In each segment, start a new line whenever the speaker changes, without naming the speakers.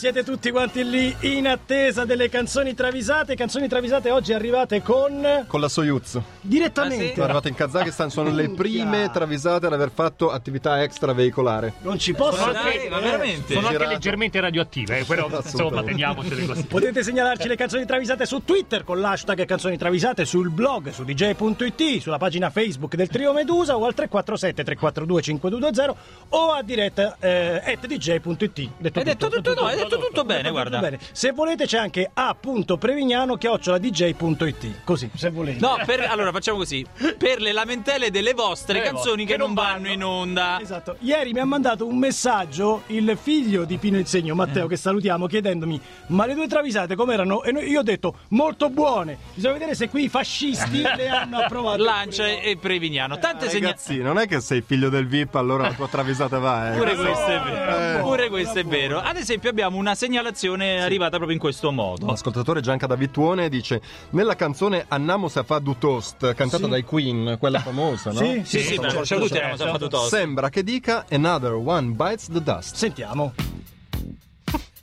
Siete tutti quanti lì in attesa delle canzoni travisate. Canzoni travisate oggi arrivate con.
Con la Soyuz.
Ah,
direttamente.
Sono arrivate in Kazakistan, sono le
Minchia.
prime travisate ad aver fatto attività extraveicolare.
Non ci posso
Sono anche-
credere.
ma veramente?
Sono anche
Girato.
leggermente radioattive, eh, però insomma
Assolutamente.
teniamocele così.
Potete segnalarci le canzoni travisate su Twitter con l'hashtag canzoni travisate, sul blog su dj.it, sulla pagina Facebook del Trio Medusa o al 347 342 5220 o a diretta eh, at dj.it.
Hai detto tutto, no, hai detto tutto bene, guarda.
Se volete c'è anche a.prevignano chiocciola dj.it. Così, se volete.
No, per- allora facciamo così: per le lamentele delle vostre canzoni che, non vanno in onda.
Esatto, ieri mi ha mandato un messaggio il figlio di Pino Insegno, Matteo, che salutiamo, chiedendomi ma le due travisate com'erano? E noi- io ho detto molto buone, bisogna vedere se qui i fascisti le hanno approvate.
Lancia
oppure no.
e Prevignano. Tante segnalazioni.
Eh, Ragazzi, non è che sei figlio del VIP, allora la tua travisata va, eh.
Pure
Questo-
questo è vero.
Eh.
Pure questo è vero. Ad esempio, abbiamo una segnalazione arrivata proprio in questo modo.
L'ascoltatore Gianca Davituone dice Nella canzone Annamo se fa du toast Cantata
Sì.
dai Queen, quella famosa, no?
Sì,
Sì, sì, ma
certo,
tutti
certo.
erano già fatto tosto.
Sembra che dica Another one bites the dust
Sentiamo.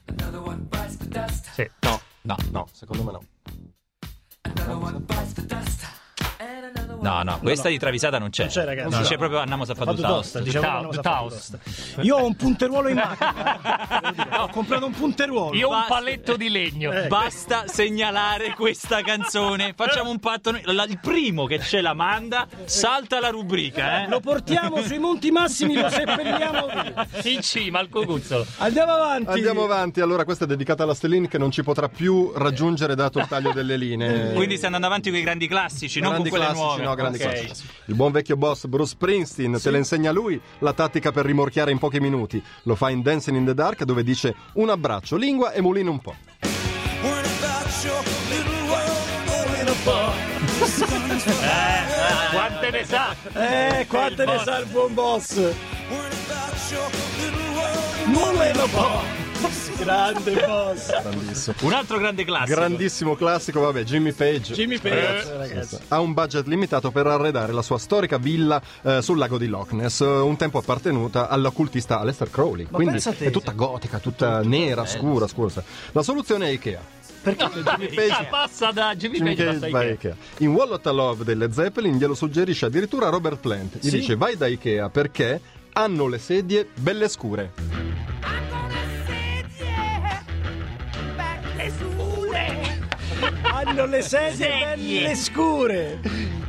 Another one bites the dust.
Sì.
No, no,
No, secondo me no
Another one bites the dust. And another one.
no, no, questa di travisata non c'è.
Non c'è, ragazzi.
Non
No,
c'è
no.
proprio Annamo
Fatto
Saffato
tosta, diciamo,
Tosta.
dicevano
Tau-
che hanno fatto
Taust.
tosta. Io ho un punteruolo in macchina. Devo dire, ho comprato un punteruolo.
Io ho un
Basta.
paletto di legno.
Eh.
Basta segnalare questa canzone. Facciamo un patto. noi. La- il primo che ce la manda salta la rubrica, eh.
Lo portiamo sui Monti Massimi, lo seppelliamo via.
In cima al cucuzzolo.
Andiamo avanti.
Andiamo avanti, allora questa è dedicata alla Stellin che non ci potrà più raggiungere dato il taglio delle linee
Quindi stai andando avanti con i grandi classici, non
grandi
con quelle
classici,
nuove.
no, grandi
Ok.
classici. Il buon vecchio boss Bruce Springsteen te le insegna lui la tattica per rimorchiare in pochi minuti. Lo fa in Dancing in the Dark dove dice un abbraccio, lingua e mulino un po'.
Quante ne sa?
Eh, quante ne sa il buon boss? Nulla è lo boss! Grande boss!
Un altro grande classico.
Grandissimo classico, vabbè, Jimmy Page.
Jimmy Page, ragazzi.
ha un budget limitato per arredare la sua storica villa eh, sul lago di Loch Ness, eh, un tempo appartenuta all'occultista Aleister Crowley. Quindi
pensa te.
è tutta gotica, tutta nera, scura, scura. La soluzione è Ikea.
Page. Ah, Passa da Jimmy,
Jimmy
Page,
Cage
passa
va
a Ikea.
Ikea. In Wall of the Love delle Zeppelin glielo suggerisce addirittura Robert Plant. Gli
Sì.
dice vai da Ikea perché hanno le sedie belle scure.
Hanno le sedie belle scure!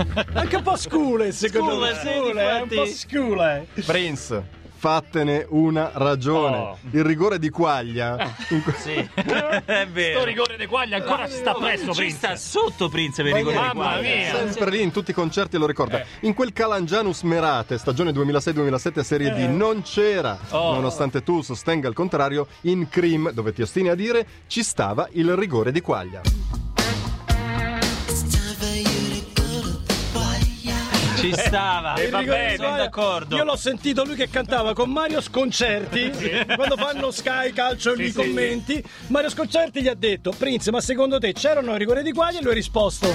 Anche un po' scule, secondo me.
Scule, sì,
Scule, eh, un
infatti.
po' scule.
Prince, fattene una ragione.
Oh.
Il rigore di quaglia. in que-
Sì. È
Sto
vero.
rigore dei quagli ancora sta presso,
Ci
Prince.
sta sotto Prince per i rigori
Mamma
quali.
mia.
Sempre lì in tutti i concerti lo ricorda. In quel Calangianus Merate, stagione 2006-2007 Serie D, non c'era. Nonostante tu sostenga il contrario, in Cream, dove ti ostini a dire, ci stava il rigore di quaglia.
Ci stava.
Eh, vabbè,
Enrico Rizzo,
sono
eh,
d'accordo.
Io l'ho sentito lui che cantava con Mario Sconcerti quando fanno Sky Calcio gli commenti. Mario Sconcerti gli ha detto: Prince, ma secondo te c'erano i rigore di guaglia? E lui ha risposto: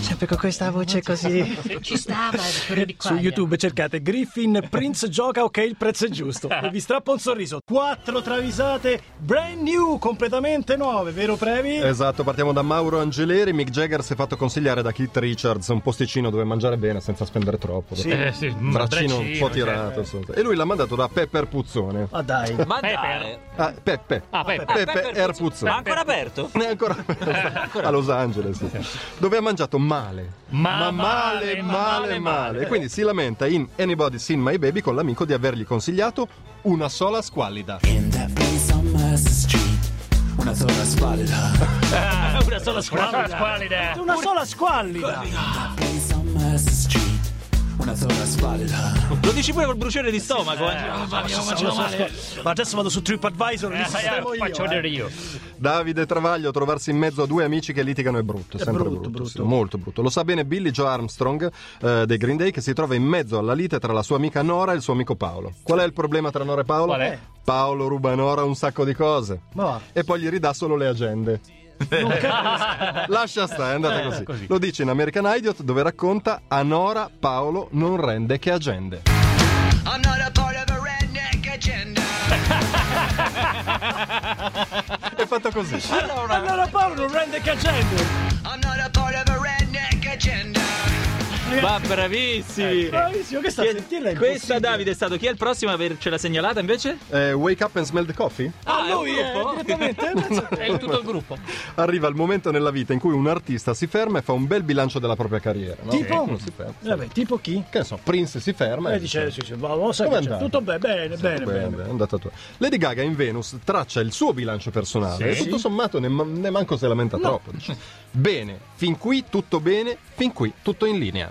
Sempre con Cioè, questa voce così.
Ci stava, quello di qua.
Su YouTube cercate Griffin Prince gioca, ok, il prezzo è giusto. E vi strappo un sorriso. Quattro travisate brand new, completamente nuove, vero Previ?
Eh,
Esatto, partiamo da Mauro Angeleri. Mick Jagger si è fatto consigliare da Keith Richards un posticino dove mangiare bene senza spendere troppo.
Sì.
Eh, sì, un
Braccino un po'
braccino,
tirato.
certo.
insomma. E lui l'ha mandato da Pepper Puzzone.
Ma dai.
Ma
Pepe.
dai.
Ah, Peppe.
Ah, Peppe.
Peppe, Air
Ma
Puzzone.
ancora aperto?
È ancora a Los Angeles, sì. dove ha mangiato male.
Ma
male,
male, ma
male,
male,
male.
male.
E quindi si lamenta in Anybody Seen My Baby con l'amico di avergli consigliato una sola squallida.
In that place on Mercer Street, when I thought I spotted her.
Ah,
Ah, Una sola
Una sola
squadra.
squalida.
Una sola squallida.
Place on Mercer Street, when I thought I spotted her.
Lo dici pure col bruciore di stomaco. eh.
Sono squallida. Ma adesso vado su TripAdvisor, li
Eh,
sistemo io.
Faccio
eh.
vedere io.
Davide Travaglio trovarsi in mezzo a due amici che litigano è brutto, è sempre
brutto,
brutto,
brutto.
sì, molto brutto. Lo sa bene Billy Joe Armstrong eh, dei Green Day che si trova in mezzo alla lite tra la sua amica Nora e il suo amico Paolo. Qual è il problema tra Nora e Paolo?
Qual è?
Paolo ruba a Nora un sacco di cose
Ma va.
e poi gli ridà solo le agende. Lascia stare, è andata così. Lo dice in American Idiot dove racconta Anora Paolo non rende che agende.
I'm not a part of a redneck agenda.
È fatto così.
Allora Paolo non rende che agende.
I'm not a part of a redneck agenda.
Ma bravissimi!
Bravissimo, questa
Chi è-
sentirla è
Questa
impossibile.
Davide è stato chi è il prossimo a avercela segnalata invece? oh,
Eh, wake up and smell the coffee?
Ah, lui
è
è
un gruppo?
direttamente. eh, pensa te.
È in tutto il gruppo.
Arriva il momento nella vita in cui un artista si ferma e fa un bel bilancio della propria carriera. No?
Tipo?
Uno si ferma.
Vabbè, tipo chi?
Che ne so, Prince si ferma
E
e
dice,
dice,
sì, sì, ma lo sai
Com'è
che c'è?
andato?
tutto bene, bene, bene,
Beh,
bene.
beh, è andata tua. Lady Gaga in Venus traccia il suo bilancio personale e tutto sommato ne, ma- ne manco se lamenta troppo. Dice, Bene, fin qui tutto bene, fin qui tutto in linea.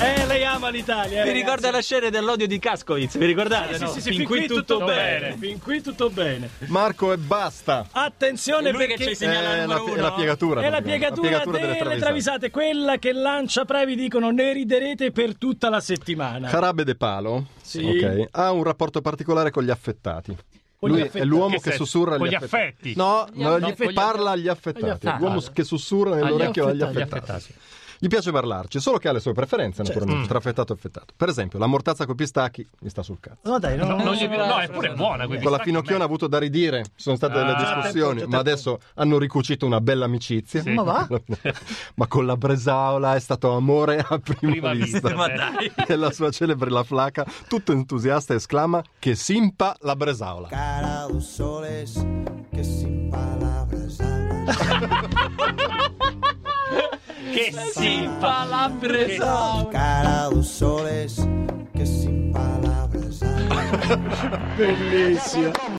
Eh, lei ama l'Italia. eh,
Vi
ragazzi.
ricorda la scena dell'odio di Cascovitz, vi ricordate?
Sì,
no?
sì, sì, fin qui tutto bene. Fin qui tutto bene.
Marco e basta.
Attenzione
Lui che
perché
ci segnala il
è, la,
numero
è
uno.
la piegatura.
È la
praticamente,
piegatura, delle, travisate, quella che lancia Previ dicono ne riderete per tutta la settimana.
Eh. Carabe De Palo
Sì.
ok, ha un rapporto particolare con gli affettati.
Con
Lui
gli affettati.
è l'uomo
Che
che
se-
sussurra
con
agli
gli
affettati.
affetti.
No, no,
No,
gli
con gli
parla agli affettati.
affettati.
L'uomo che sussurra nell'orecchio agli
affettati, Certo. agli
affettati.
affettati.
Gli piace parlarci, solo che ha le sue preferenze, naturalmente, tra affettato e affettato. Per esempio, la mortazza coi pistacchi mi sta sul cazzo.
No, dai, no,
No,
no,
non gli- no, è pure buona quindi.
Con la Finocchiona ha avuto da ridire, ci sono state delle discussioni,
certo,
ma adesso hanno ricucito una bella amicizia. Ma va? ma con la Bresaola è stato amore a prima,
Prima
vista.
vista,
Ma dai.
e la sua celebre La Flaca, tutto entusiasta, esclama che simpa la Bresaola.
Caradusoles que sin palabras hablan.
Che sì.
Caradusoles que sin palabras hablan.